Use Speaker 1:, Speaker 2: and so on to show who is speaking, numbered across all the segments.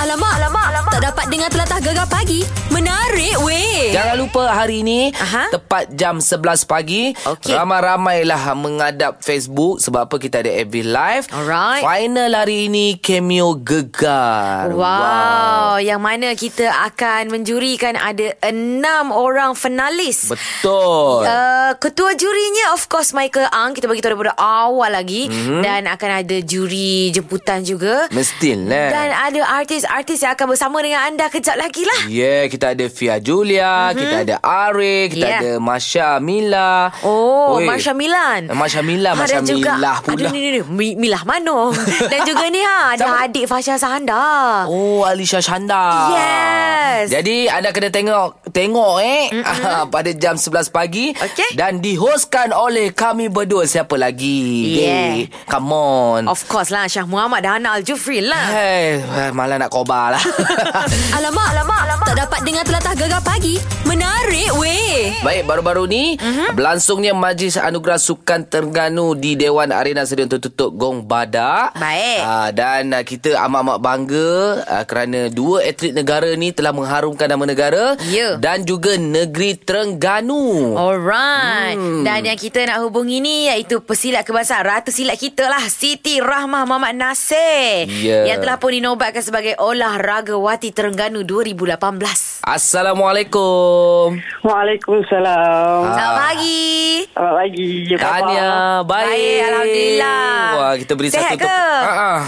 Speaker 1: alamak, alamak, alamak. Tak dapat dengar telatah gegar pagi. Menarik weh.
Speaker 2: Jangan lupa hari ini
Speaker 1: Aha.
Speaker 2: Tepat jam 11 pagi
Speaker 1: Okey.
Speaker 2: Ramai-ramailah mengadap Facebook Sebab apa kita ada FB Live
Speaker 1: Alright.
Speaker 2: Final hari ini Cameo Gegar
Speaker 1: Wow. yang mana kita akan menjurikan ada enam orang finalis.
Speaker 2: Betul
Speaker 1: Uh, ketua jurinya of course Michael Ang Kita bagi tahu daripada awal lagi mm-hmm.
Speaker 2: Mhm.
Speaker 1: Dan akan ada juri jemputan juga
Speaker 2: Mestilah.
Speaker 1: Dan ada artis-artis yang akan bersama dengan anda Kejap lagi lah
Speaker 2: Yeah, kita ada Fia Julia, mm-hmm. kita ada Arif, kita
Speaker 1: Mhm. Yeah.
Speaker 2: yeah. ada Masya Mila.
Speaker 1: Oh,
Speaker 2: Oi. Eh,
Speaker 1: Marsha Milan.
Speaker 2: Masya Mila,
Speaker 1: Ha,
Speaker 2: Masya
Speaker 1: dan juga,
Speaker 2: Milah pula.
Speaker 1: Aduh, ni, ni, ni. Mi- Milah Mano. dan juga ni ha, ada
Speaker 2: Sama.
Speaker 1: adik Fasha Sahanda.
Speaker 2: Oh, Alisha Shanda.
Speaker 1: Yes.
Speaker 2: Jadi, anda kena tengok tengok eh mm-hmm. pada jam 11 pagi.
Speaker 1: Okey.
Speaker 2: Dan dihoskan oleh kami berdua. Siapa lagi?
Speaker 1: Yeah.
Speaker 2: Dey, come on.
Speaker 1: Of course lah, Syah Muhammad dan Hana Al-Jufri lah.
Speaker 2: Hey, malah nak kobar lah.
Speaker 1: alamak, alamak, alamak. Tak dapat dengar telatah gegar pagi. Menarik weh.
Speaker 2: Baik, baru-baru ni
Speaker 1: Mhm.
Speaker 2: mm-hmm. berlangsungnya Majlis Anugerah Sukan Terengganu di Dewan Arena Stadium Tertutup Gong Badak.
Speaker 1: Baik.
Speaker 2: Uh, dan uh, kita amat-amat bangga uh, kerana dua atlet negara ni telah mengharumkan nama negara
Speaker 1: Ya.
Speaker 2: dan juga negeri Terengganu.
Speaker 1: Alright hmm. Dan yang kita nak hubungi ni Iaitu pesilat kebangsaan Ratu silat kita lah Siti Rahmah Muhammad Nasir
Speaker 2: Ya.
Speaker 1: Yang telah pun dinobatkan sebagai Olahragawati Terengganu 2018
Speaker 2: Assalamualaikum.
Speaker 3: Waalaikumsalam.
Speaker 2: Ah.
Speaker 1: Selamat pagi
Speaker 3: Selamat pagi. Apa khabar?
Speaker 2: Tahniah. Baik.
Speaker 1: Baik, Alhamdulillah.
Speaker 2: Wah, kita beri
Speaker 1: Sihat
Speaker 2: satu tepuk.
Speaker 1: ke?
Speaker 2: Ah, ah.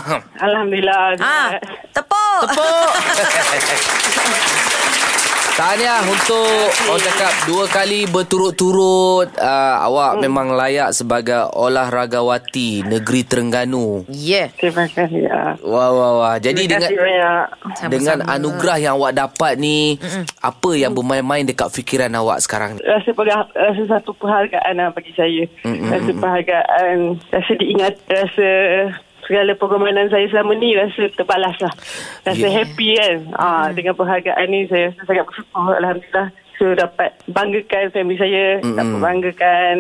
Speaker 3: Alhamdulillah.
Speaker 1: Ah, tepuk.
Speaker 2: Tepuk. Tahniah lah untuk orang cakap dua kali berturut-turut uh, awak memang layak sebagai olahragawati negeri Terengganu.
Speaker 1: Yeah.
Speaker 3: Terima kasih. ah.
Speaker 2: Wah wah wah. Jadi
Speaker 3: Terima
Speaker 2: dengan
Speaker 3: kasih banyak.
Speaker 1: Sama-sama.
Speaker 2: dengan anugerah yang awak dapat ni apa yang bermain-main dekat fikiran awak sekarang ni?
Speaker 3: Rasa, perha- rasa satu perhargaan lah bagi saya. Rasa perhargaan. Rasa diingat. Rasa segala pengorbanan saya selama ni rasa terbalas lah. Rasa
Speaker 2: Ya.
Speaker 3: happy kan. Ah, Dengan perhargaan ni saya rasa sangat bersyukur. Alhamdulillah. So dapat banggakan family saya. Mm-mm. Dapat banggakan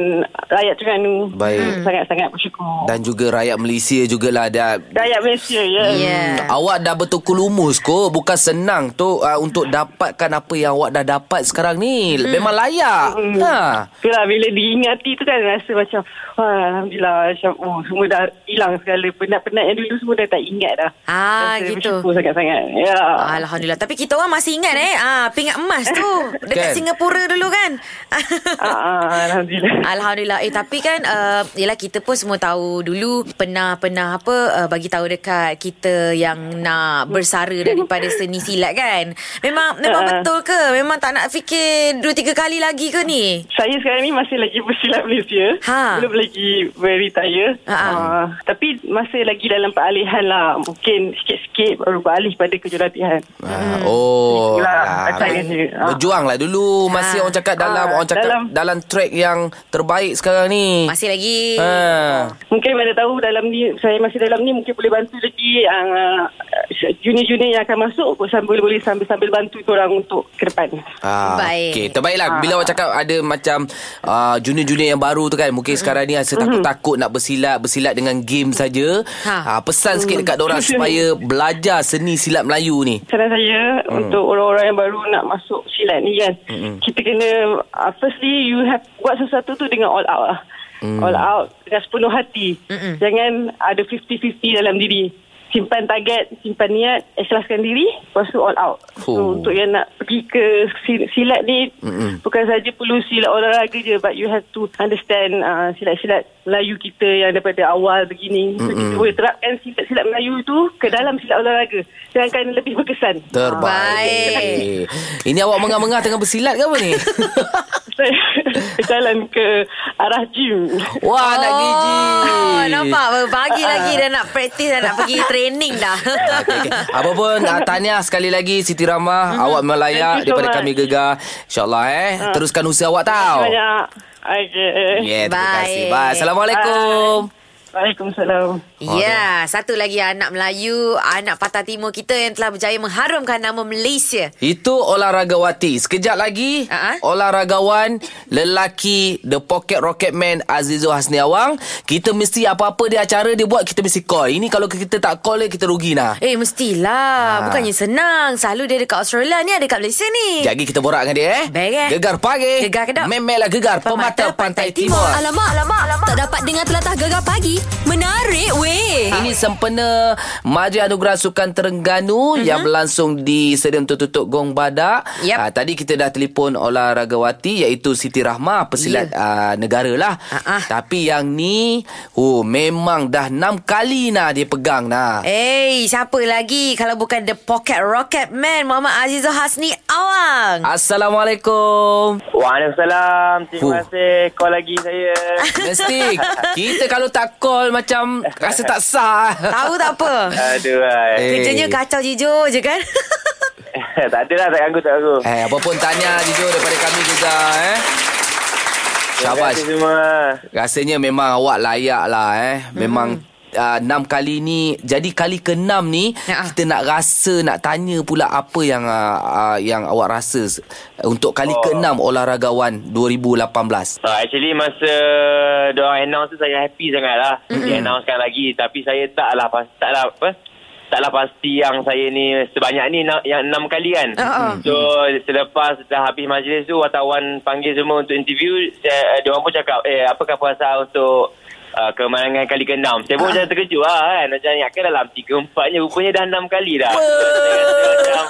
Speaker 3: rakyat Terengganu.
Speaker 2: Baik.
Speaker 3: Sangat-sangat bersyukur.
Speaker 2: Dan juga rakyat Malaysia jugalah dah
Speaker 3: rakyat Malaysia ya.
Speaker 1: Yeah.
Speaker 2: Awak dah bertukul lumus kot Bukan senang tu uh, Untuk dapatkan apa yang awak dah dapat sekarang ni hmm. Memang layak hmm. ha.
Speaker 3: Itulah bila diingati tu kan rasa macam wah, Alhamdulillah macam oh, semua dah hilang segala penat-penat yang dulu semua dah tak ingat dah.
Speaker 1: Ah,
Speaker 3: rasa
Speaker 1: gitu.
Speaker 3: Bersyukur sangat-sangat. Ya.
Speaker 1: Alhamdulillah. Tapi kita orang masih ingat eh. Ah, pingat emas tu dekat
Speaker 2: Kan?
Speaker 1: Singapura dulu kan.
Speaker 3: Ah, ah, Alhamdulillah.
Speaker 1: Alhamdulillah. Eh tapi kan uh, yalah kita pun semua tahu dulu pernah pernah apa uh, bagi tahu dekat kita yang nak bersara daripada seni silat kan. Memang memang
Speaker 3: Ah.
Speaker 1: betul ke? Memang tak nak fikir dua tiga kali lagi ke ni?
Speaker 3: Saya sekarang ni masih lagi bersilat Malaysia.
Speaker 1: Ha.
Speaker 3: Belum lagi beritaya.
Speaker 1: Ha, ha.
Speaker 3: Ah, tapi masih lagi dalam peralihan lah. Mungkin sikit-sikit baru beralih pada kejurulatihan.
Speaker 2: Ah, Oh
Speaker 3: Itulah,
Speaker 2: alah,
Speaker 3: saya ni. Ah.
Speaker 2: Berjuang lah dulu Masih
Speaker 1: Ah.
Speaker 2: orang cakap dalam
Speaker 3: Ah,
Speaker 2: Orang cakap dalam,
Speaker 3: dalam-
Speaker 2: dalam track yang terbaik sekarang ni
Speaker 1: Masih lagi.
Speaker 2: ha.
Speaker 3: Mungkin mana tahu dalam ni saya masih dalam ni mungkin boleh bantu lagi uh, junior-junior yang akan masuk sambil boleh sambil-sambil bantu orang untuk ke depan.
Speaker 2: Ah,
Speaker 1: Baik.
Speaker 2: Okay. Terbaiklah bila awak cakap ada macam uh, junior-junior yang baru tu kan. Mungkin sekarang ni rasa takut-takut nak bersilat, bersilat dengan game saja.
Speaker 1: Ha.
Speaker 2: Ha. Uh, pesan sikit dekat orang supaya belajar seni silat Melayu ni.
Speaker 3: Saran saya hmm. untuk orang-orang yang baru nak masuk silat ni kan. Hmm. Kita kena uh, firstly you have buat sesuatu tu dengan all out lah. Hmm. All out dengan sepenuh hati. Hmm. Jangan ada 50-50 dalam diri. Simpan target, simpan niat, ikhlaskan diri, lepas tu all out.
Speaker 2: Oh.
Speaker 3: So, untuk yang nak pergi ke si- silat ni, Mm-mm. bukan saja perlu silat olahraga je, but you have to understand uh, silat-silat Melayu kita yang daripada awal begini. So, kita boleh terapkan silat-silat Melayu tu ke dalam silat olahraga. Jangan lebih berkesan.
Speaker 2: Terbaik. Ini awak mengah-mengah tengah bersilat ke apa ni?
Speaker 3: Saya berjalan ke arah gym.
Speaker 2: Wah, nak pergi
Speaker 1: Oh,
Speaker 2: gym.
Speaker 1: nampak berbagi lagi dah nak praktis dah nak pergi training dah.
Speaker 2: Okay. Apa pun uh, Tahniah sekali lagi Siti Ramah Awak memang layak
Speaker 3: Mhm. Thank you so
Speaker 2: Daripada
Speaker 3: much. Ah.
Speaker 2: kami gegar InsyaAllah eh Teruskan usaha awak tau
Speaker 3: Banyak. Okay.
Speaker 2: Yeah terima
Speaker 1: Bye.
Speaker 2: kasih Bye Assalamualaikum
Speaker 3: Waalaikumsalam.
Speaker 1: Ya, yeah, satu lagi anak Melayu, anak Patah Timur kita yang telah berjaya mengharumkan nama Malaysia.
Speaker 2: Itu olahragawati. Sekejap lagi,
Speaker 1: Ha-ha.
Speaker 2: olahragawan, lelaki, the pocket rocket man Azizul Hasni Awang. Kita mesti apa-apa dia acara dia buat, kita mesti call. Ini kalau kita tak call, dia, kita rugi nah.
Speaker 1: Eh, mestilah. Ha.
Speaker 2: Ah.
Speaker 1: Bukannya senang. Selalu dia dekat Australia ni, ada dekat Malaysia ni.
Speaker 2: Sekejap lagi kita borak dengan dia eh.
Speaker 1: Baik, eh.
Speaker 2: Gegar pagi.
Speaker 1: Gegar kedap.
Speaker 2: Memelah gegar pemata, pantai, timur.
Speaker 4: Alamak, alamak, alamak. Tak dapat dengar telatah gegar pagi. Menarik weh.
Speaker 2: Ini sempena Majlis Anugerah Sukan Terengganu mm-hmm. yang berlangsung di Stadium Tertutup Gong Badak.
Speaker 1: Mhm. Yap.
Speaker 2: Ah, tadi kita dah telefon olahragawati iaitu Siti Rahmah pesilat yeah. negara lah.
Speaker 1: Ya. Ah, ah.
Speaker 2: Tapi yang ni oh memang dah enam kali nah dia pegang nah. Eh.
Speaker 1: Eh, siapa lagi kalau bukan The Pocket Rocket Man Muhammad Azizul Hasni Awang.
Speaker 2: Assalamualaikum.
Speaker 5: Waalaikumsalam. Terima
Speaker 2: Fuh.
Speaker 5: kasih call lagi saya.
Speaker 2: Mesti kita kalau tak call macam rasa tak sah.
Speaker 1: Tahu tak apa?
Speaker 5: Aduh. ai.
Speaker 2: Eh.
Speaker 1: Kerjanya kacau jujur je kan?
Speaker 5: tak adalah tak ganggu tak ganggu.
Speaker 2: Eh, apa pun tanya jujur daripada kami juga eh.
Speaker 5: Terima
Speaker 2: Syabas.
Speaker 5: kasih semua.
Speaker 2: Rasanya memang awak layak lah eh. Memang uh, enam kali ni. Jadi kali keenam ni
Speaker 1: Hmm. Ya.
Speaker 2: kita nak rasa nak tanya pula apa yang uh, uh, yang awak rasa s- untuk kali oh. keenam olahragawan 2018.
Speaker 5: Uh, actually masa diorang announce tu saya happy sangat lah. Mm-hmm. Dia announcekan lagi. Tapi saya taklah, pas, taklah apa. Taklah pasti yang saya ni sebanyak ni na- yang enam kali kan.
Speaker 1: Ah, ah.
Speaker 5: So selepas dah habis majlis tu wartawan panggil semua untuk interview. Saya, diorang pun cakap eh apakah puasa untuk uh, kemenangan kali ke-6.
Speaker 1: Ah.
Speaker 5: Saya pun macam terkejut lah kan. Macam ingatkan dalam 3-4 je rupanya dah enam kali dah. So, saya rasa macam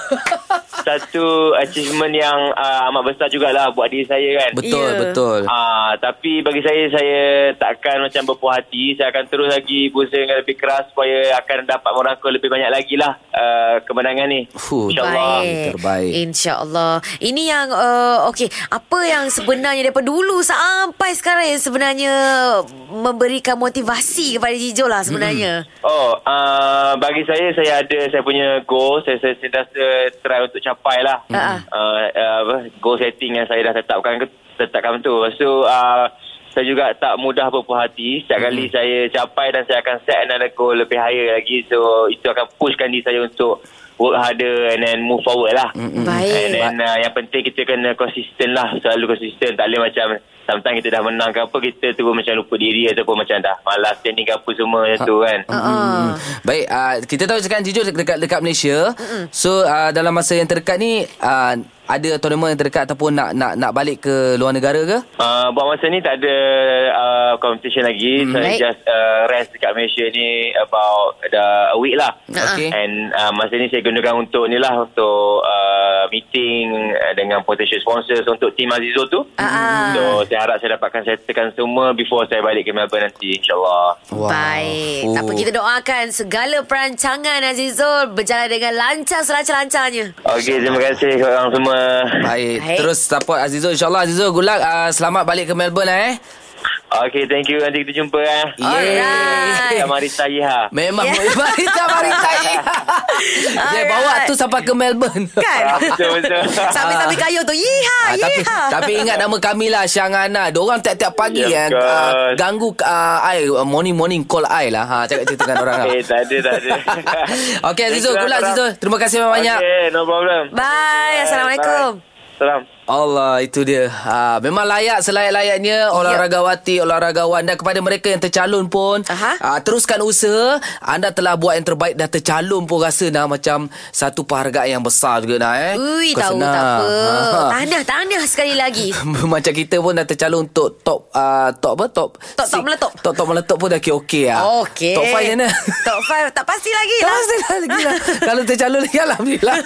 Speaker 5: satu achievement yang uh, amat besar jugalah buat diri saya kan.
Speaker 2: Betul
Speaker 1: Ya.
Speaker 2: betul.
Speaker 5: Ah, tapi bagi saya saya takkan macam berpuas hati. Saya akan terus lagi berusaha dengan lebih keras supaya akan dapat merangkul lebih banyak lagi lah uh, kemenangan ni.
Speaker 2: Fuh,
Speaker 5: InsyaAllah.
Speaker 2: Baik. Terbaik.
Speaker 1: InsyaAllah. Ini yang, uh, okey, apa yang sebenarnya daripada dulu sampai sekarang yang sebenarnya memberikan motivasi kepada Jijo lah
Speaker 2: Hmm.
Speaker 1: sebenarnya.
Speaker 5: Oh, uh, bagi saya saya ada saya punya goal, saya saya sentiasa try untuk capai lah.
Speaker 1: Ah, ah.
Speaker 5: Uh, uh, apa, goal setting yang saya dah tetapkan tetapkan tu. Lepas tu uh, saya juga tak mudah berpuas hati. Setiap kali saya capai dan saya akan set another goal lebih higher lagi. So itu akan pushkan diri saya untuk work harder and then move forward lah.
Speaker 1: Mm-mm. Baik.
Speaker 5: And then uh, yang penting kita kena konsisten lah. Selalu konsisten. Tak boleh macam sometimes kita dah menang ke apa, kita tu macam lupa diri ataupun macam dah malas training ke apa semua macam tu kan.
Speaker 1: Uh-uh.
Speaker 2: Hmm, Baik, uh, kita tahu sekarang jujur dekat dekat Malaysia. So uh, dalam masa yang terdekat ni uh, ada tournament yang terdekat ataupun nak nak nak balik ke luar negara ke?
Speaker 5: Uh, buat masa ni tak ada uh, competition lagi. Hmm. Saya
Speaker 1: Baik.
Speaker 5: just uh, rest dekat Malaysia ni about the, a week lah.
Speaker 1: Ha.
Speaker 2: Okey.
Speaker 5: And uh, masa ni saya gunakan untuk ni lah, untuk uh, meeting uh, dengan potential sponsors untuk Team Azizul tu.
Speaker 1: Ah.
Speaker 5: So saya harap saya dapatkan settlekan semua before saya balik ke Melbourne nanti insyaAllah.
Speaker 2: Wow.
Speaker 1: Baik.
Speaker 2: Oh.
Speaker 1: Tak apa, kita doakan segala perancangan Azizul berjalan dengan lancar selancar-lancarnya.
Speaker 5: Okey, terima kasih korang semua.
Speaker 2: Baik.
Speaker 1: Baik.
Speaker 2: Terus support Azizul. InsyaAllah Azizul, good luck. Uh, selamat balik ke Melbourne lah, eh.
Speaker 5: Okey, thank you. Nanti kita jumpa eh.
Speaker 1: Alright.
Speaker 5: Sama Rita Yiha.
Speaker 2: Memang yeah. Marita Marita Dia
Speaker 1: Ya. Alright.
Speaker 2: bawa tu sampai ke Melbourne.
Speaker 1: Kan? ya.
Speaker 5: Betul-betul.
Speaker 1: Sampai-sampai kayu tu. Yeeha,
Speaker 2: Ah, tapi
Speaker 1: yeeha.
Speaker 2: tapi ingat nama kami lah Syang Ana. Diorang tiap-tiap pagi yeah,
Speaker 5: Ya, of
Speaker 2: uh,
Speaker 5: course.
Speaker 2: ganggu uh, I uh, morning morning call I lah. Ha cakap cerita dengan orang.
Speaker 5: Eh, tak ada, tak ada.
Speaker 2: Okey Azizul,
Speaker 5: Thank you
Speaker 2: good luck
Speaker 5: lah,
Speaker 2: Azizul. Terima kasih
Speaker 5: korang.
Speaker 2: banyak.
Speaker 5: Okey, no problem.
Speaker 1: Bye. Assalamualaikum.
Speaker 5: Bye. Salam.
Speaker 2: Allah itu dia. Ha, memang
Speaker 1: Ya.
Speaker 2: layak selayak-layaknya olahragawati, olahragawan dan kepada mereka yang tercalon pun
Speaker 1: Aha.
Speaker 2: ha, teruskan usaha. Anda telah buat yang terbaik dan tercalon pun rasa dah macam satu penghargaan yang besar juga dah eh.
Speaker 1: Ui,
Speaker 2: Bukan
Speaker 1: tahu
Speaker 2: senang.
Speaker 1: tak apa.
Speaker 2: Ha.
Speaker 1: Tahniah, tahniah sekali lagi.
Speaker 2: Macam kita pun dah tercalon untuk top uh, top apa top
Speaker 1: Top, top
Speaker 2: six-
Speaker 1: meletup.
Speaker 2: Top top meletup pun dah okey-okey lah
Speaker 1: Okey.
Speaker 2: Top 5 mana?
Speaker 1: Top 5 tak pasti lagi
Speaker 2: Tak
Speaker 1: lah.
Speaker 2: pasti lah gila. Kalau tercalon lagi Alhamdulillah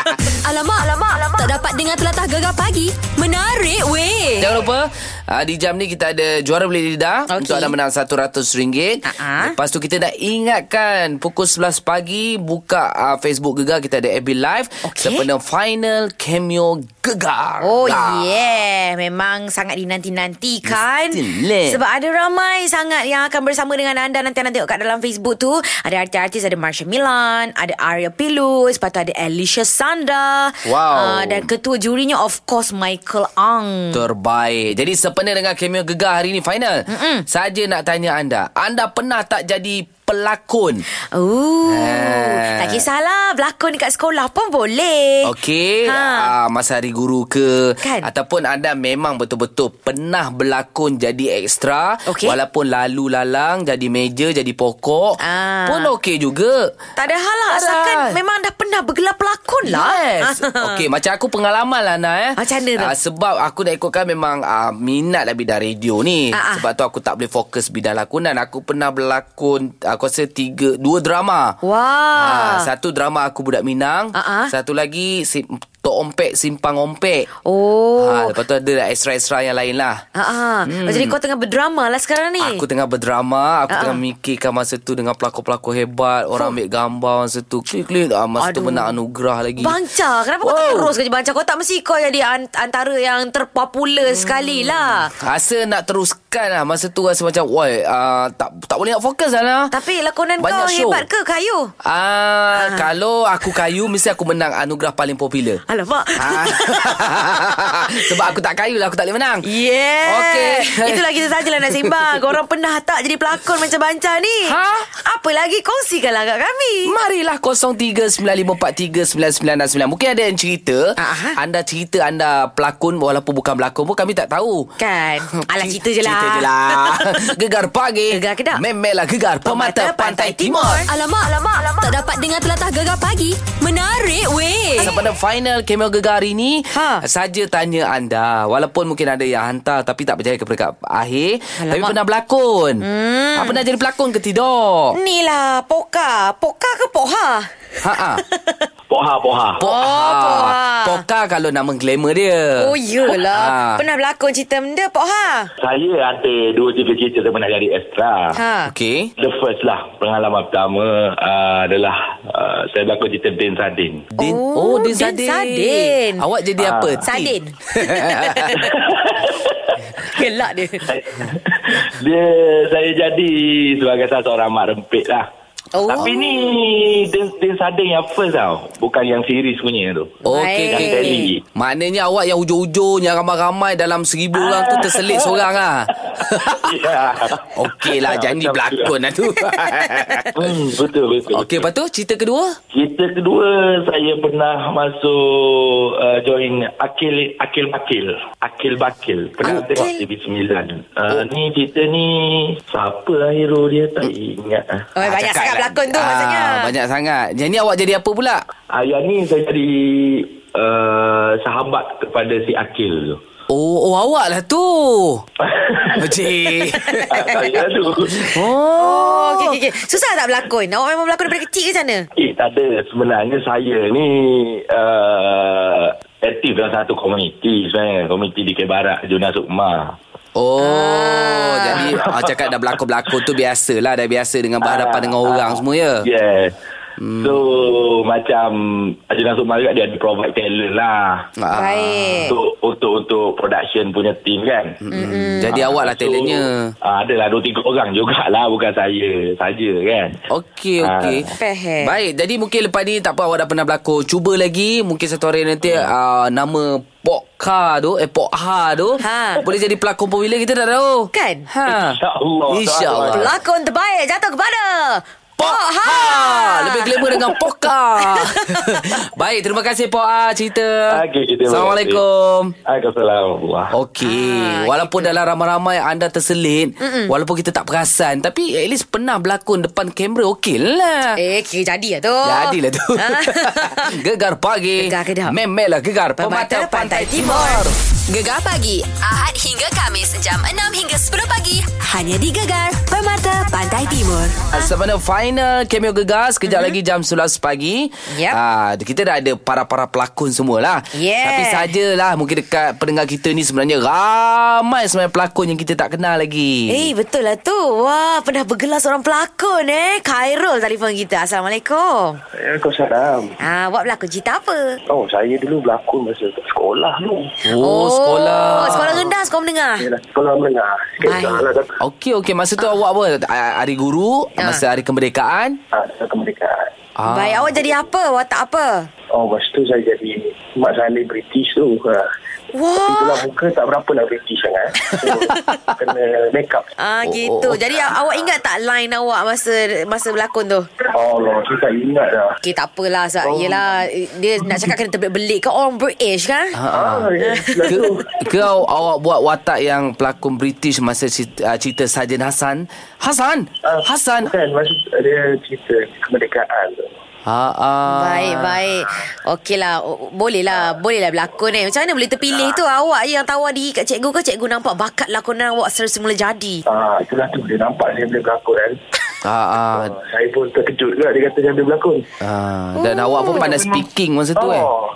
Speaker 4: Alamak, alamak, alamak. Tak dapat dengar telatah gegar pagi. Menarik weh.
Speaker 2: Jangan lupa uh, Di jam ni kita ada Juara beli lidah
Speaker 1: Eh. Okey.
Speaker 2: Untuk anda menang RM100
Speaker 1: Ah-ah.
Speaker 2: Lepas tu kita nak ingatkan Pukul 11 ah, pagi Buka uh, Facebook Gegar Kita ada AB Live
Speaker 1: Okey.
Speaker 2: Sempena final cameo kegar.
Speaker 1: Oh
Speaker 2: Ah.
Speaker 1: yeah Memang sangat dinanti-nantikan
Speaker 2: Mestilah.
Speaker 1: Sebab ada ramai sangat Yang akan bersama dengan anda Nanti anda tengok kat dalam Facebook tu Ada artis-artis Ada Marsha Milan Ada Arya Pilu Lepas tu ada Alicia Sanda Ah,
Speaker 2: Wow.
Speaker 1: Dan ketua jurinya Of course Michael Ang
Speaker 2: Terbaik. Jadi sepenuh dengan cameo gegar hari ini final. Mm-mm. Saja nak tanya anda, anda pernah tak jadi pelakon?
Speaker 1: Ooh,
Speaker 2: Eh.
Speaker 1: Tak kisahlah Berlakon dekat sekolah pun boleh
Speaker 2: Okey,
Speaker 1: Ha.
Speaker 2: ha. uh, masa hari guru ke
Speaker 1: Kan?
Speaker 2: ataupun anda memang betul-betul pernah berlakon jadi ekstra
Speaker 1: Okey.
Speaker 2: walaupun lalu lalang jadi meja jadi pokok
Speaker 1: Ah.
Speaker 2: pun okey juga.
Speaker 1: Tak ada hal lah
Speaker 2: Tak ada
Speaker 1: Asalkan
Speaker 2: hal.
Speaker 1: memang dah pernah bergelar pelakon lah
Speaker 2: Yes. Okey, macam aku pengalaman lah Ana eh.
Speaker 1: Macam mana tu?
Speaker 2: Ah, sebab aku nak ikutkan memang uh, minat lah bidang radio ni.
Speaker 1: Ah, ah.
Speaker 2: Sebab tu aku tak boleh fokus bidang lakonan. Aku pernah berlakon aku rasa tiga dua drama.
Speaker 1: Wah
Speaker 2: Ah, satu drama aku budak Minang,
Speaker 1: Ah, ah.
Speaker 2: satu lagi Sim- Tok Ompek Simpang Ompek.
Speaker 1: Oh
Speaker 2: Ha, lepas tu ada extra-extra yang lain lah.
Speaker 1: Ah, hmm. jadi kau tengah berdrama lah sekarang ni.
Speaker 2: Aku tengah berdrama
Speaker 1: Ah,
Speaker 2: Aku
Speaker 1: ah.
Speaker 2: uh-uh. tengah mikirkan masa tu Dengan pelakon-pelakon hebat Orang ambil gambar masa tu Klik-klik ah, Masa tu
Speaker 1: Aduh.
Speaker 2: menang anugerah lagi Oh.
Speaker 1: Banca Kenapa wow. kau tak terus kerja banca Kau tak mesti kau jadi an- Antara yang terpopular hmm. sekali lah
Speaker 2: Rasa nak teruskan lah Masa tu rasa macam Wah uh, tak, tak boleh nak fokus lah Ana."
Speaker 1: Tapi lakonan
Speaker 2: Banyak
Speaker 1: kau
Speaker 2: show.
Speaker 1: hebat ke kayu? Ha.
Speaker 2: Ah, Kalau aku kayu Mesti aku menang anugerah paling popular
Speaker 1: Alamak
Speaker 2: Ah. Sebab aku tak kayu lah Aku tak boleh menang
Speaker 1: Yeah
Speaker 2: Okey.
Speaker 1: Itulah kita sajalah nak sembang Korang pernah tak jadi pelakon macam banca ni?
Speaker 2: Ha?
Speaker 1: Apa lagi kongsikanlah kat kami
Speaker 2: Marilah 0395439969. Mungkin ada yang cerita
Speaker 1: Ah.
Speaker 2: Anda cerita anda pelakon Walaupun bukan pelakon pun Kami tak tahu
Speaker 1: Kan Alah cerita je lah
Speaker 2: Cerita je lah Gegar pagi
Speaker 1: Gegar Kedah.
Speaker 2: Memelah gegar Pemata, Pantai, Timur,
Speaker 6: Alamak, alamak, alamak. Tak dapat dengar telatah gegar pagi. Menarik weh.
Speaker 2: Pada final cameo gegar hari ni
Speaker 1: Ha.
Speaker 2: Saja tanya anda Walaupun mungkin ada yang hantar Tapi tak percaya kepada akhir Alamak. Tapi
Speaker 1: Alamak.
Speaker 2: pernah berlakon hmm. ha, Pernah jadi pelakon ke tidak?
Speaker 1: Ni lah Poka Poka ke Poha?
Speaker 2: Ha -ha.
Speaker 7: Poha, poha.
Speaker 1: Oh, Poha.
Speaker 2: Poka kalau nama glamour dia
Speaker 1: Oh yelah
Speaker 2: Ah.
Speaker 1: Pernah berlakon cerita benda Pok Ha
Speaker 5: Saya ada dua tiga cerita saya pernah jadi extra.
Speaker 1: Ha
Speaker 2: Ah, Okey
Speaker 5: The first lah pengalaman pertama uh, adalah uh, saya berlakon cerita Din Sadin.
Speaker 2: Din,
Speaker 1: Oh,
Speaker 2: oh, Din
Speaker 1: Din
Speaker 2: Sadin.
Speaker 1: Sadin.
Speaker 2: Awak jadi
Speaker 5: Ah.
Speaker 2: apa?
Speaker 1: Sadin Gelak dia
Speaker 5: Dia saya jadi sebagai salah seorang mak rempit lah.
Speaker 1: Oh.
Speaker 5: Oh. Tapi ni Din, Din Sadin yang first tau. Bukan yang series punya tu.
Speaker 2: Okey,
Speaker 1: Baik.
Speaker 5: Yang
Speaker 2: okey.
Speaker 5: teli.
Speaker 2: Maknanya awak yang hujung-hujung Yang ramai-ramai Dalam seribu orang tu Terselit seorang lah
Speaker 5: Ya.
Speaker 2: Okey lah Janji
Speaker 5: Macam tu
Speaker 2: berlakon lah tu
Speaker 5: Hmm, betul, betul.
Speaker 2: Okey lepas tu Cerita kedua
Speaker 5: Cerita kedua saya pernah masuk uh, join Akil Akil Bakil. Akil Bakil. Pernah
Speaker 1: Akil.
Speaker 5: Akil. tengok TV9. Uh, oh. Ni cerita ni siapa lah hero dia tak ingat ah.
Speaker 1: Oh,
Speaker 2: Ah,
Speaker 1: banyak
Speaker 2: cakap
Speaker 1: sangat
Speaker 2: lah.
Speaker 1: berlakon tu
Speaker 2: Ah,
Speaker 1: maksudnya.
Speaker 2: Banyak sangat Jadi awak jadi apa pula
Speaker 5: Uh, yang ni saya jadi uh, sahabat kepada si Akil tu.
Speaker 2: Oh, oh awak lah tu Cik
Speaker 5: Ah, saya tu.
Speaker 1: Oh, okay, okay, okay. Susah tak berlakon? Awak memang berlakon daripada kecil ke sana?
Speaker 5: Eh, tak ada. Sebenarnya saya ni uh, aktif dalam satu komuniti sebenarnya. Komuniti di Kebarak, Juna Sukma.
Speaker 2: Oh
Speaker 1: Ah.
Speaker 2: Jadi awak cakap dah berlakon-berlakon tu Biasalah Dah biasa dengan berhadapan
Speaker 5: Ah,
Speaker 2: dengan
Speaker 5: ah,
Speaker 2: orang semua ya
Speaker 5: Yeah. Hmm. So macam Haji Nasrul Malik kan, dia ada provide talent lah.
Speaker 2: Ah.
Speaker 1: Baik.
Speaker 5: Untuk untuk untuk production punya team kan.
Speaker 2: Mm. Jadi awak lah talentnya
Speaker 5: So, ah, adalah dua tiga orang jugalah bukan saya saja kan.
Speaker 2: Oh. Okey
Speaker 5: Ah.
Speaker 2: okey.
Speaker 1: Fair.
Speaker 2: Baik, jadi mungkin lepas ni tak apa awak dah pernah berlakon. Cuba lagi mungkin satu hari nanti
Speaker 5: Hmm.
Speaker 2: uh, nama Pokka tu, eh Pokha tu
Speaker 1: Ha.
Speaker 2: boleh jadi pelakon popular kita tak tahu.
Speaker 1: Kan?
Speaker 2: Ha.
Speaker 5: InsyaAllah.
Speaker 2: Insya-Allah.
Speaker 1: Pelakon terbaik jatuh kepada... Pok Ha!
Speaker 2: Lebih glamour dengan Pokka. Baik, terima kasih Pokha cerita.
Speaker 5: Okey, terima kasih.
Speaker 2: Assalamualaikum.
Speaker 5: Assalamualaikum.
Speaker 1: Ah,
Speaker 2: Okey, walaupun dalam ramai-ramai anda terselit, Mm-mm. walaupun kita tak perasan, tapi at least pernah berlakon depan kamera okey lah.
Speaker 1: Eh, kira jadi lah tu.
Speaker 2: Jadilah tu
Speaker 1: Ah.
Speaker 2: Gegar pagi
Speaker 1: Gegar kedap.
Speaker 2: Memelah gegar Pemata,
Speaker 1: Pemata Pantai
Speaker 2: Pantai,
Speaker 1: Timur.
Speaker 2: Timur.
Speaker 6: Gegar pagi. Ahad hingga Kamis. Jam 6 hingga 10 pagi. Hanya di Gegar. Permata
Speaker 4: Pantai Timur.
Speaker 1: Ah.
Speaker 2: Sebenarnya final cameo gegas Kejap lagi jam 11 pagi
Speaker 1: Mm-hmm. Yep.
Speaker 2: Ah, Kita dah ada para-para pelakon semualah
Speaker 1: Yeah.
Speaker 2: Tapi sajalah Mungkin dekat pendengar kita ni Sebenarnya ramai sebenarnya pelakon Yang kita tak kenal lagi
Speaker 1: Eh, betul lah tu. Wah, pernah bergelar seorang pelakon eh. Khairul telefon kita. Assalamualaikum.
Speaker 8: Waalaikumsalam.
Speaker 1: Ah, awak berlakon cerita apa?
Speaker 8: Oh, saya dulu berlakon masa kat sekolah tu.
Speaker 2: Oh, sekolah
Speaker 1: Sekolah rendah, sekolah menengah.
Speaker 8: Yelah, Sekolah menengah.
Speaker 1: Baik.
Speaker 8: Sekolah lah kata.
Speaker 2: Okey okey masa tu awak apa Ah, hari guru
Speaker 1: Ah.
Speaker 2: masa hari kemerdekaan
Speaker 8: Ah, saya kemerdekaan.
Speaker 1: Ah. Baik, awak jadi apa? Watak apa?
Speaker 8: Oh, masa tu saya jadi mak saleh British tu. Ha. Tapi
Speaker 1: Wah.
Speaker 8: itulah muka tak berapa nak British sangat. So, kena make up.
Speaker 1: Ah
Speaker 2: Oh,
Speaker 1: gitu.
Speaker 2: oh, oh.
Speaker 1: Jadi aw- awak ingat tak line awak masa masa berlakon tu?
Speaker 8: Oh, Allah, saya tak ingat dah.
Speaker 1: Okey tak apalah sebab oh. yelah eh, dia nak cakap kena terbelik-belik ke orang British kan?
Speaker 2: Ah, ah.
Speaker 8: Ah, ya, itulah
Speaker 2: Ke,
Speaker 8: tu.
Speaker 2: ke aw- awak buat watak yang pelakon British masa cerita, ah, cerita Sarjan Hasan? Hasan!
Speaker 8: Ah,
Speaker 2: Hasan!
Speaker 8: Bukan, masa tu ada cerita kemerdekaan tu.
Speaker 2: Ah, ah.
Speaker 1: Baik, baik. Okeylah, o- bolehlah, bolehlah berlakon eh. Macam mana boleh terpilih tu? Awak je yang tawar diri kat cikgu ke cikgu nampak bakat lakonan awak secara semula jadi?
Speaker 8: Ah, itulah tu. Dia nampak saya boleh berlakon kan.
Speaker 2: Ah, ah.
Speaker 8: Ah, saya pun terkejut juga. Dia kata saya boleh berlakon.
Speaker 2: ah. Dan awak pun pandai speaking masa tu eh?
Speaker 8: Oh.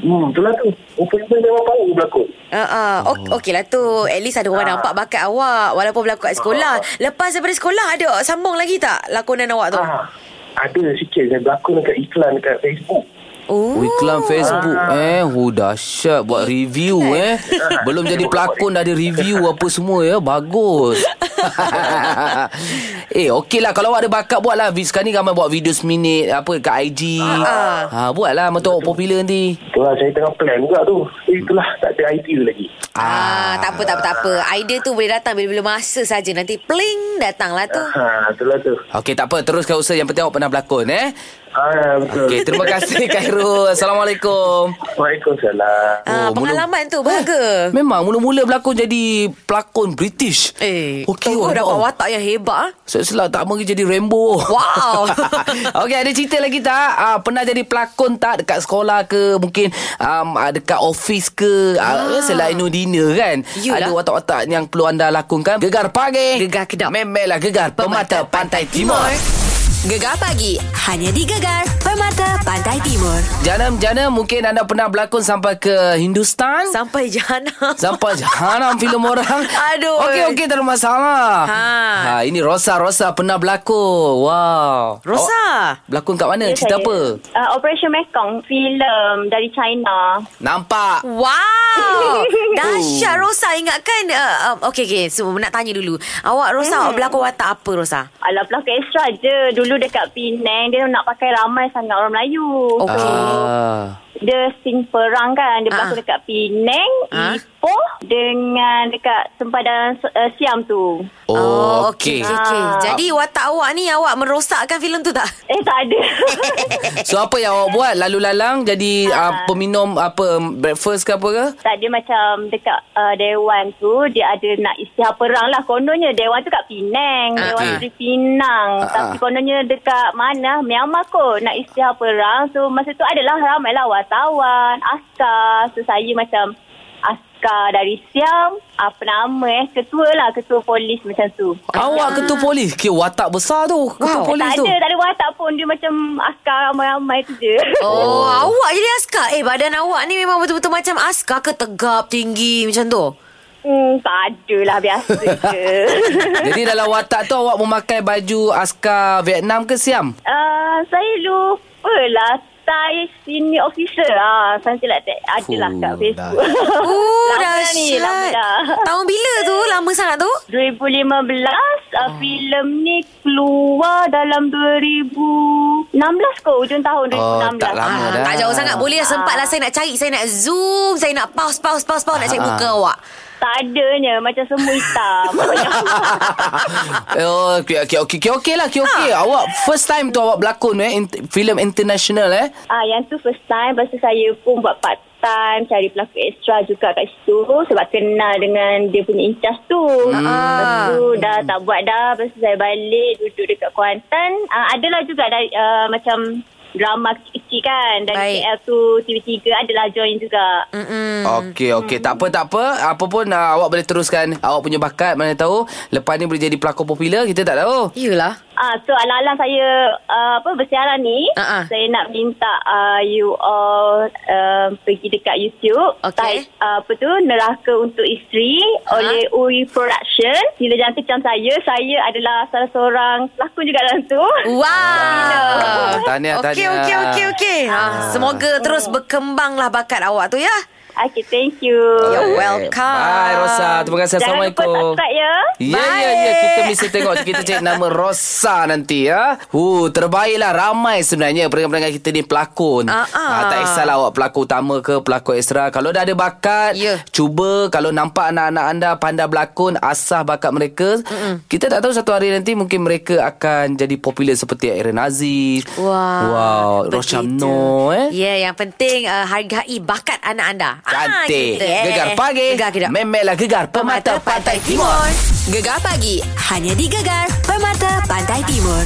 Speaker 8: Hmm, itulah tu. Rupanya memang tahu berlakon.
Speaker 1: Ha ah, ok-
Speaker 2: Oh.
Speaker 1: okeylah tu. At least ada
Speaker 2: Ah.
Speaker 1: orang nampak bakat awak walaupun berlakon kat sekolah. Lepas daripada sekolah ada sambung lagi tak lakonan awak
Speaker 2: Ha.
Speaker 1: tu?
Speaker 8: Ah, ada sikit saya berlakon dekat iklan dekat Facebook.
Speaker 1: Oh.
Speaker 2: Oh, iklan Facebook eh. Oh, dahsyat. Buat review eh. Belum jadi pelakon dah ada review apa semua ya. Bagus. eh, okey lah. Kalau awak ada bakat buat lah. Sekarang ni ramai buat video seminit. Apa, kat IG. Ha, buat lah. Mata awak popular nanti.
Speaker 8: Itulah saya tengah plan juga tu. Eh, itulah tak ada idea lagi.
Speaker 1: Ah, tak apa, tak apa, tak apa. Idea tu boleh datang bila-bila masa saja. Nanti pling datanglah tu.
Speaker 2: Ah.
Speaker 8: Ha, itulah tu.
Speaker 2: Okey, tak apa. Teruskan usaha. Yang penting awak pernah berlakon eh.
Speaker 8: Ah, betul.
Speaker 2: Okey, terima kasih Khairul. Assalamualaikum.
Speaker 8: Waalaikumsalam.
Speaker 1: Ah,
Speaker 2: Oh, mula-
Speaker 1: pengalaman tu berharga.
Speaker 2: Memang mula-mula berlakon jadi pelakon British.
Speaker 1: Eh,
Speaker 2: Okey, oh,
Speaker 1: okay,
Speaker 2: awak.
Speaker 1: dapat watak yang hebat. ah.
Speaker 2: Setelah tak mungkin jadi Rambo.
Speaker 1: Wow.
Speaker 2: Okey, ada cerita lagi tak? Ah, pernah jadi pelakon tak dekat sekolah ke? Mungkin um, ah, dekat office ke? Ah. selain dinner kan?
Speaker 1: Yulah.
Speaker 2: Ada watak-watak yang perlu anda lakonkan. Gegar pagi.
Speaker 1: Gegar kedap.
Speaker 2: Memelah gegar pemata, pantai timur.
Speaker 4: Gegar pagi. Hanya di Gegar. Permata Pantai Timur.
Speaker 2: Janam, janam mungkin anda pernah berlakon sampai ke Hindustan.
Speaker 1: Sampai jana.
Speaker 2: Sampai jahanam filem orang
Speaker 1: Aduh.
Speaker 2: Okey okey tak ada masalah
Speaker 1: Ha.
Speaker 2: ha Ini Rosa Rosa pernah berlakon Wow
Speaker 1: Rosa.
Speaker 2: oh, Berlakon kat mana? Cerita
Speaker 9: saya.
Speaker 2: apa?
Speaker 9: Uh, Operation Mekong, filem dari China.
Speaker 2: Nampak
Speaker 1: Wow Dahsyat Rosa Ingatkan uh, um, Okay okay So nak tanya dulu Awak Rosa Awak berlakon watak apa Rosa
Speaker 9: Alah pelakon ekstra je. Dulu dekat Penang, dia nak pakai ramai sangat orang Melayu.
Speaker 1: Okey.
Speaker 2: ah.
Speaker 9: Dia sing perang kan. Dia
Speaker 1: Ah.
Speaker 9: berlakon dekat Penang,
Speaker 1: Ah.
Speaker 9: Ipoh dengan dekat sempadan uh, Siam tu.
Speaker 2: Oh, okey.
Speaker 1: okay, okay. Jadi watak awak ni Awak merosakkan filem tu tak
Speaker 9: Eh tak ada.
Speaker 2: So apa yang awak buat? Lalu lalang jadi uh, peminum apa um, breakfast ke apa ke?
Speaker 9: tak ada macam dekat uh, Dewan tu, dia ada nak istihar perang lah. Kononnya Dewan tu kat Penang.
Speaker 1: Ah.
Speaker 9: Dewan
Speaker 2: Okey.
Speaker 9: Negeri Pinang.
Speaker 2: Ah,
Speaker 9: Tapi
Speaker 2: ah.
Speaker 9: kononnya dekat mana? Myanmar kot. Nak istihar perang. So masa tu adalah ramailah wartawan, askar. So saya macam askar dari Siam. Apa nama eh? Ketua lah. Ketua polis macam tu.
Speaker 2: Awak ketua polis. Ke watak besar tu. Ketua
Speaker 1: Wow.
Speaker 2: polis
Speaker 9: tak
Speaker 2: tu.
Speaker 9: ada. Tak ada watak pun. Dia macam askar ramai-ramai tu je.
Speaker 1: Oh, awak jadi askar. Eh, badan awak ni memang betul-betul macam askar ke tegap, tinggi macam tu?
Speaker 9: hmm, tak ada lah. Biasa je.
Speaker 2: Jadi dalam watak tu awak memakai baju askar Vietnam ke Siam?
Speaker 9: Uh, saya lupa lah. Saya senior officer lah. Saya silap tak adalah
Speaker 2: Fuh,
Speaker 9: kat Facebook.
Speaker 1: Oh,
Speaker 9: Lama dah ni, lama
Speaker 1: dahsyat.
Speaker 9: dah.
Speaker 1: Tahun bila tu? Lama sangat tu?
Speaker 9: 2015
Speaker 2: Ah.
Speaker 9: uh, filem ni keluar dalam 2016 kot hujung tahun 2016.
Speaker 2: Oh, tak lama.
Speaker 1: Ah,
Speaker 2: dah.
Speaker 1: tak jauh sangat Boleh lah sempat lah Saya nak cari Saya nak zoom Saya nak pause Pause pause pause Nak cari
Speaker 2: Ah,
Speaker 1: muka
Speaker 2: ah.
Speaker 1: awak
Speaker 9: Tak adanya macam semua hitam.
Speaker 2: oh, okey okey okey okey okay lah, okey okey. Awak first time tu awak berlakon eh in, filem international eh.
Speaker 9: Ah, yang tu first time Lepas tu saya pun buat part time Cari pelakon extra juga kat situ Sebab kenal dengan dia punya incas tu Lepas tu dah tak buat dah Lepas tu saya balik duduk dekat Kuantan lah ah, Adalah juga dari, uh, macam drama kecil-kecil kan dari
Speaker 1: Baik.
Speaker 9: Baik. KL tu tiba-tiba adalah lah join juga.
Speaker 1: Mm-mm.
Speaker 2: Okey okey tak apa tak apa apa pun uh, awak boleh teruskan awak punya bakat mana tahu lepas ni boleh jadi pelakon popular kita tak tahu.
Speaker 1: Yelah.
Speaker 9: Ah, so alang-alang saya uh, apa bersiaran ni,
Speaker 1: Ah, ah.
Speaker 9: saya nak minta uh, you all uh, pergi dekat YouTube
Speaker 1: Okey.
Speaker 9: type uh, apa tu Neraka untuk Isteri
Speaker 1: Ah.
Speaker 9: oleh Uri Production. Sila jangan kecam saya, saya adalah salah seorang pelakon juga dalam tu.
Speaker 1: Wow.
Speaker 2: Tahniah,
Speaker 1: Okey,
Speaker 2: tahniah.
Speaker 1: okey, okey, okey.
Speaker 4: Ah.
Speaker 1: Ha, semoga terus berkembanglah bakat awak tu ya.
Speaker 9: Okay, thank you.
Speaker 1: You're
Speaker 2: Alright.
Speaker 1: welcome.
Speaker 2: Bye Rosa. Terima kasih.
Speaker 9: Jangan lupa
Speaker 2: Assalamualaikum.
Speaker 9: subscribe ya.
Speaker 2: Ya, ya,
Speaker 1: Baik.
Speaker 2: ya. Kita mesti tengok. Kita cek nama Rosa nanti, ya. Uh, terbaiklah. Ramai sebenarnya pendengar-pendengar kita ni pelakon.
Speaker 1: Ah, ah.
Speaker 2: tak kisahlah awak pelakon utama ke pelakon ekstra. Kalau dah ada bakat,
Speaker 1: Ya.
Speaker 2: cuba. Kalau nampak anak-anak anda pandai berlakon, asah bakat mereka. Mm-mm. Kita tak tahu satu hari nanti mungkin mereka akan jadi popular seperti Aaron Aziz.
Speaker 1: Wah.
Speaker 2: Wow.
Speaker 1: begitu.
Speaker 2: Roshamno, eh.
Speaker 1: Ya, yeah, yang penting uh, hargai bakat anak anda. Ah, gitu.
Speaker 2: Cantik.
Speaker 1: eh.
Speaker 2: Gegar pagi.
Speaker 1: Gegar kita.
Speaker 2: Memelah gegar pemata pantai timur.
Speaker 4: Gegar pagi hanya di Gegar Permata Pantai Timur.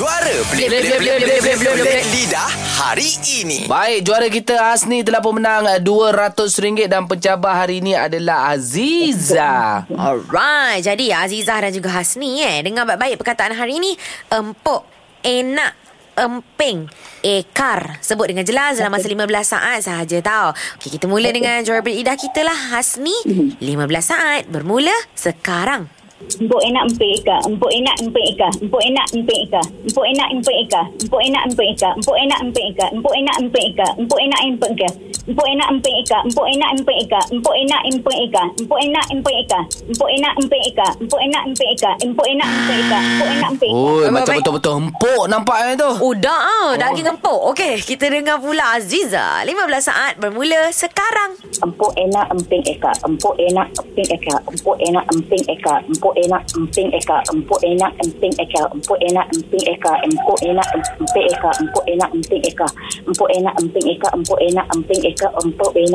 Speaker 10: Juara Blip
Speaker 2: Blip, blip,
Speaker 10: Blip Blip Blip
Speaker 2: blip,
Speaker 10: Blip Blip
Speaker 2: blip,
Speaker 10: Blip
Speaker 2: blip.
Speaker 10: Lidah hari ini
Speaker 2: Baik, juara kita Hasni telah pun menang eh, RM200 dan pencabar hari ini adalah Aziza.
Speaker 1: Alright, jadi Azizah dan juga Hasni eh dengar baik-baik perkataan hari ini empuk, enak, emping, ekar. Sebut dengan jelas dalam masa 15 saat sahaja tau. Okey, kita mula dengan juara beridah kita lah Hasni. 15 saat bermula sekarang.
Speaker 9: Empuk enak empik Eka. Empuk enak empik Eka. Empuk enak empik Eka. Empuk enak empik Eka. Empuk enak empik Eka. Empuk enak empik Eka. Empuk enak empik Eka. Empuk enak empik Eka. Empuk enak empik Eka. Empuk enak empik Eka. Empuk enak empik Eka. Empuk enak empik Eka. Empuk enak empik Eka. Empuk enak empik Eka. Empuk enak empik Eka. Empuk enak empik Eka.
Speaker 2: Oi,
Speaker 1: Baik,
Speaker 2: macam
Speaker 1: baik.
Speaker 2: betul-betul empuk nampak eh tu.
Speaker 1: Oh, dah ah, daging empuk. Okey, kita dengar pula Aziza. 15 saat bermula sekarang.
Speaker 9: Empuk enak emping Eka. Empuk enak emping Eka. Empuk enak emping Eka. Empuk enak emping Eka. Empuk enak emping Eka. Empuk enak emping Eka. Empuk enak emping Eka. Empuk enak emping Eka. Empuk enak emping Eka. Empuk enak emping Eka. Empuk enak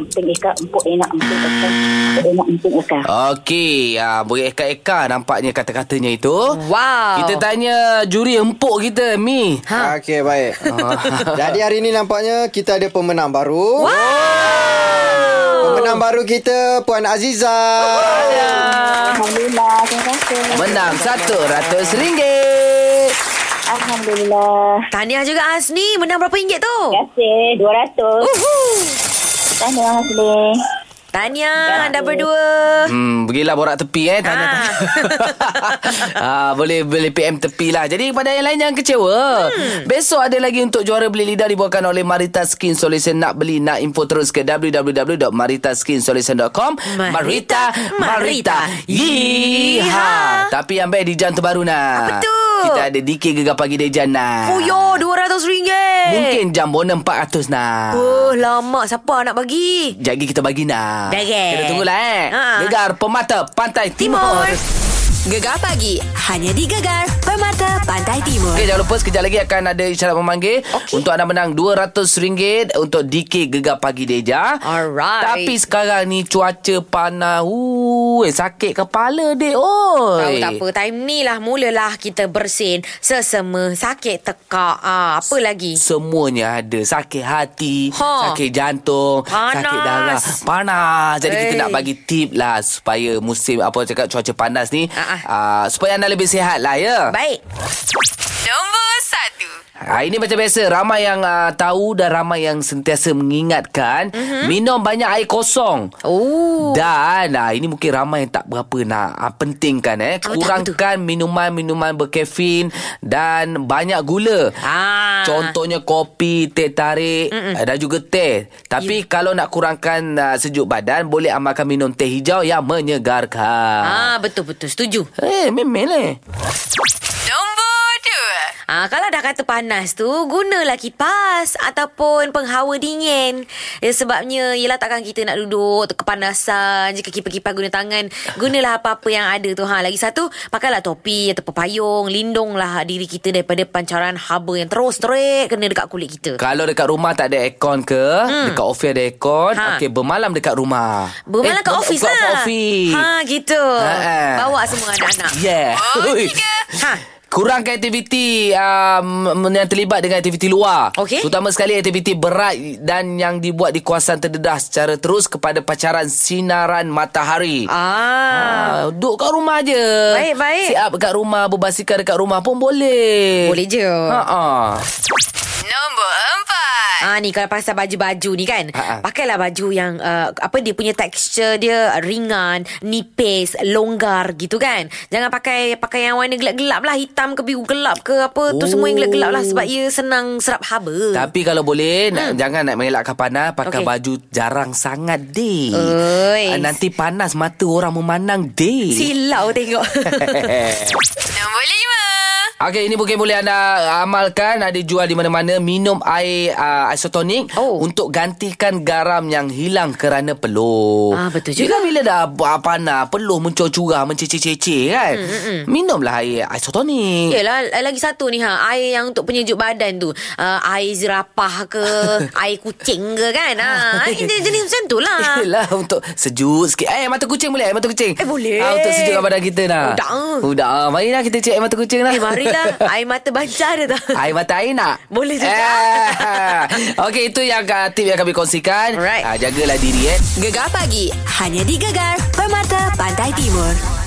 Speaker 9: emping Eka. Empuk enak emping Eka. Empuk enak emping Eka.
Speaker 2: Okey, ah, boleh eka-eka nampaknya kata-katanya itu.
Speaker 1: Oh. Wow.
Speaker 2: Kita tanya juri empuk kita, Mi.
Speaker 1: Ha.
Speaker 11: Okey, baik. Jadi hari ni nampaknya kita ada pemenang baru.
Speaker 1: Wow.
Speaker 11: Pemenang baru kita Puan Aziza.
Speaker 9: Alhamdulillah. Terima kasih.
Speaker 2: Menang RM100.
Speaker 9: Alhamdulillah.
Speaker 1: Tahniah juga Asni menang berapa ringgit tu?
Speaker 9: kasih. 200.
Speaker 1: Uhuh.
Speaker 9: Tahniah Hasli.
Speaker 1: Tahniah anda berdua.
Speaker 2: Hmm, pergilah borak tepi eh tanya
Speaker 1: Ah.
Speaker 2: tanya. ah, boleh boleh PM tepi lah. Jadi pada yang lain jangan kecewa. Hmm. Besok ada lagi untuk juara beli lidah dibawakan oleh Marita Skin Solution. Nak beli nak info terus ke www.maritaskinsolution.com.
Speaker 1: Marita,
Speaker 2: Marita
Speaker 1: Marita.
Speaker 2: Marita. Yeeha.
Speaker 1: Yeeha.
Speaker 2: Tapi yang baik Dijan terbaru nak.
Speaker 1: Apa tu?
Speaker 2: Kita ada DK Gegar Pagi Dijan nak.
Speaker 1: Fuyo RM200.
Speaker 2: Ah. Mungkin jam bonus 400 nak.
Speaker 1: Oh, lama. Siapa nak bagi?
Speaker 2: Jadi kita bagi nak.
Speaker 1: Bagi.
Speaker 2: Kita tunggulah eh.
Speaker 1: Ha.
Speaker 2: Gegar Pemata Pantai
Speaker 1: Timur.
Speaker 2: Timur.
Speaker 4: Gegar pagi hanya di Gegar Permata Pantai Timur.
Speaker 2: Okey, jangan lupa sekejap lagi akan ada isyarat memanggil okay. untuk anda menang RM200 untuk DK Gegar Pagi Deja.
Speaker 1: Alright.
Speaker 2: Tapi sekarang ni cuaca panas. Uh, eh, sakit kepala dek.
Speaker 1: Tahu
Speaker 2: Oi.
Speaker 1: tak apa Time ni lah Mulalah kita bersin Sesama Sakit tekak ah, Apa lagi
Speaker 2: Semuanya ada Sakit hati
Speaker 1: Ha.
Speaker 2: Sakit jantung
Speaker 1: Panas.
Speaker 2: Sakit darah Panas Jadi hey. kita
Speaker 1: Hey.
Speaker 2: nak bagi tip lah Supaya musim Apa cakap Cuaca panas ni
Speaker 1: Ah, ah.
Speaker 2: uh, Supaya anda lebih sihat lah ya
Speaker 1: Baik
Speaker 4: Nombor satu.
Speaker 2: Ha, ini macam biasa Ramai yang uh, tahu Dan ramai yang sentiasa mengingatkan mm-hmm. Minum banyak air kosong
Speaker 1: Mhm. Oh
Speaker 2: Dan ah, ini mungkin ramai yang tak berapa nak ah, pentingkan eh.
Speaker 1: Apa tu, apa
Speaker 2: Kurangkan minuman-minuman berkafein dan banyak gula.
Speaker 1: Ah.
Speaker 2: Contohnya kopi, teh tarik Mm-mm. dan juga teh. Tapi yeah. kalau nak kurangkan ah, sejuk badan, boleh amalkan minum teh hijau yang menyegarkan.
Speaker 1: Ah betul-betul setuju.
Speaker 2: Eh, hey, memang leh.
Speaker 4: Nombor dua.
Speaker 1: Ah kalau dah kata panas tu gunalah kipas ataupun penghawa dingin. Ya, sebabnya ialah takkan kita nak duduk kepanasan je kaki-kaki guna tangan. Gunalah apa-apa yang ada tu. Ha lagi satu pakailah topi ataupun payung, lindunglah diri kita daripada pancaran haba yang terus terik kena dekat kulit kita.
Speaker 2: Kalau dekat rumah tak ada aircon ke, hmm. dekat office ada aircon,
Speaker 1: Ha.
Speaker 2: ha. okey bermalam dekat rumah. Eh,
Speaker 1: Bermalam kat
Speaker 2: ber-
Speaker 1: office
Speaker 2: kat
Speaker 1: lah.
Speaker 2: office.
Speaker 1: Ha, gitu.
Speaker 2: Ha, ha.
Speaker 1: Bawa semua anak-anak.
Speaker 2: Yeah.
Speaker 4: Oh, tiga.
Speaker 1: Ha.
Speaker 2: Kurangkan aktiviti um, yang terlibat dengan aktiviti luar.
Speaker 1: Okey.
Speaker 2: Terutama sekali aktiviti berat dan yang dibuat di kawasan terdedah secara terus kepada pacaran sinaran matahari.
Speaker 1: Ah.
Speaker 2: ah duduk kat rumah je.
Speaker 1: Baik, baik.
Speaker 2: Sit up dekat rumah, berbasikal dekat rumah pun boleh.
Speaker 1: Boleh je.
Speaker 2: Ha ah.
Speaker 12: Nombor empat.
Speaker 1: Ah ni kalau pasal baju-baju ni kan
Speaker 2: Ha, ha.
Speaker 1: Pakailah baju yang uh, Apa dia punya texture dia Ringan Nipis Longgar gitu kan Jangan pakai Pakai yang warna gelap-gelap lah Hitam ke biru gelap ke apa Tu semua yang gelap-gelap lah Sebab ia senang serap haba
Speaker 2: Tapi kalau boleh nak, Jangan nak mengelakkan panas
Speaker 1: Eh. Hmm. Okey.
Speaker 2: Pakai okay. baju jarang sangat deh
Speaker 1: Oi.
Speaker 2: Ah, Nanti panas mata orang memandang deh
Speaker 1: Silau tengok
Speaker 12: Nombor lima.
Speaker 2: Okey, ini mungkin boleh anda amalkan. Ada jual di mana-mana. Minum air uh, isotonik oh. untuk gantikan garam yang hilang kerana peluh.
Speaker 1: Ah, betul
Speaker 2: juga. Bila, bila dah uh, panas, peluh mencurah-curah, menceceh-ceceh kan.
Speaker 1: Mm, mm, mm.
Speaker 2: Minumlah air isotonik.
Speaker 1: Yelah eh, lagi satu ni ha Air yang untuk penyejuk badan tu uh, Air zirapah ke Air kucing ke kan ha, Jenis, jenis macam tu lah
Speaker 2: Yelah untuk sejuk sikit Eh mata kucing boleh Air mata kucing Eh
Speaker 1: boleh.
Speaker 2: ah, Untuk sejukkan badan kita nak
Speaker 1: Udak.
Speaker 2: Udah Marilah kita cek air mata kucing lah
Speaker 1: Eh marilah Air mata bancar ada tak
Speaker 2: Air mata air nak
Speaker 1: Boleh juga
Speaker 2: eh. Okey itu yang ah, tip yang kami kongsikan Alright. Jagalah diri eh
Speaker 4: Gegar pagi. Hanya di Gegar Permata Pantai Timur.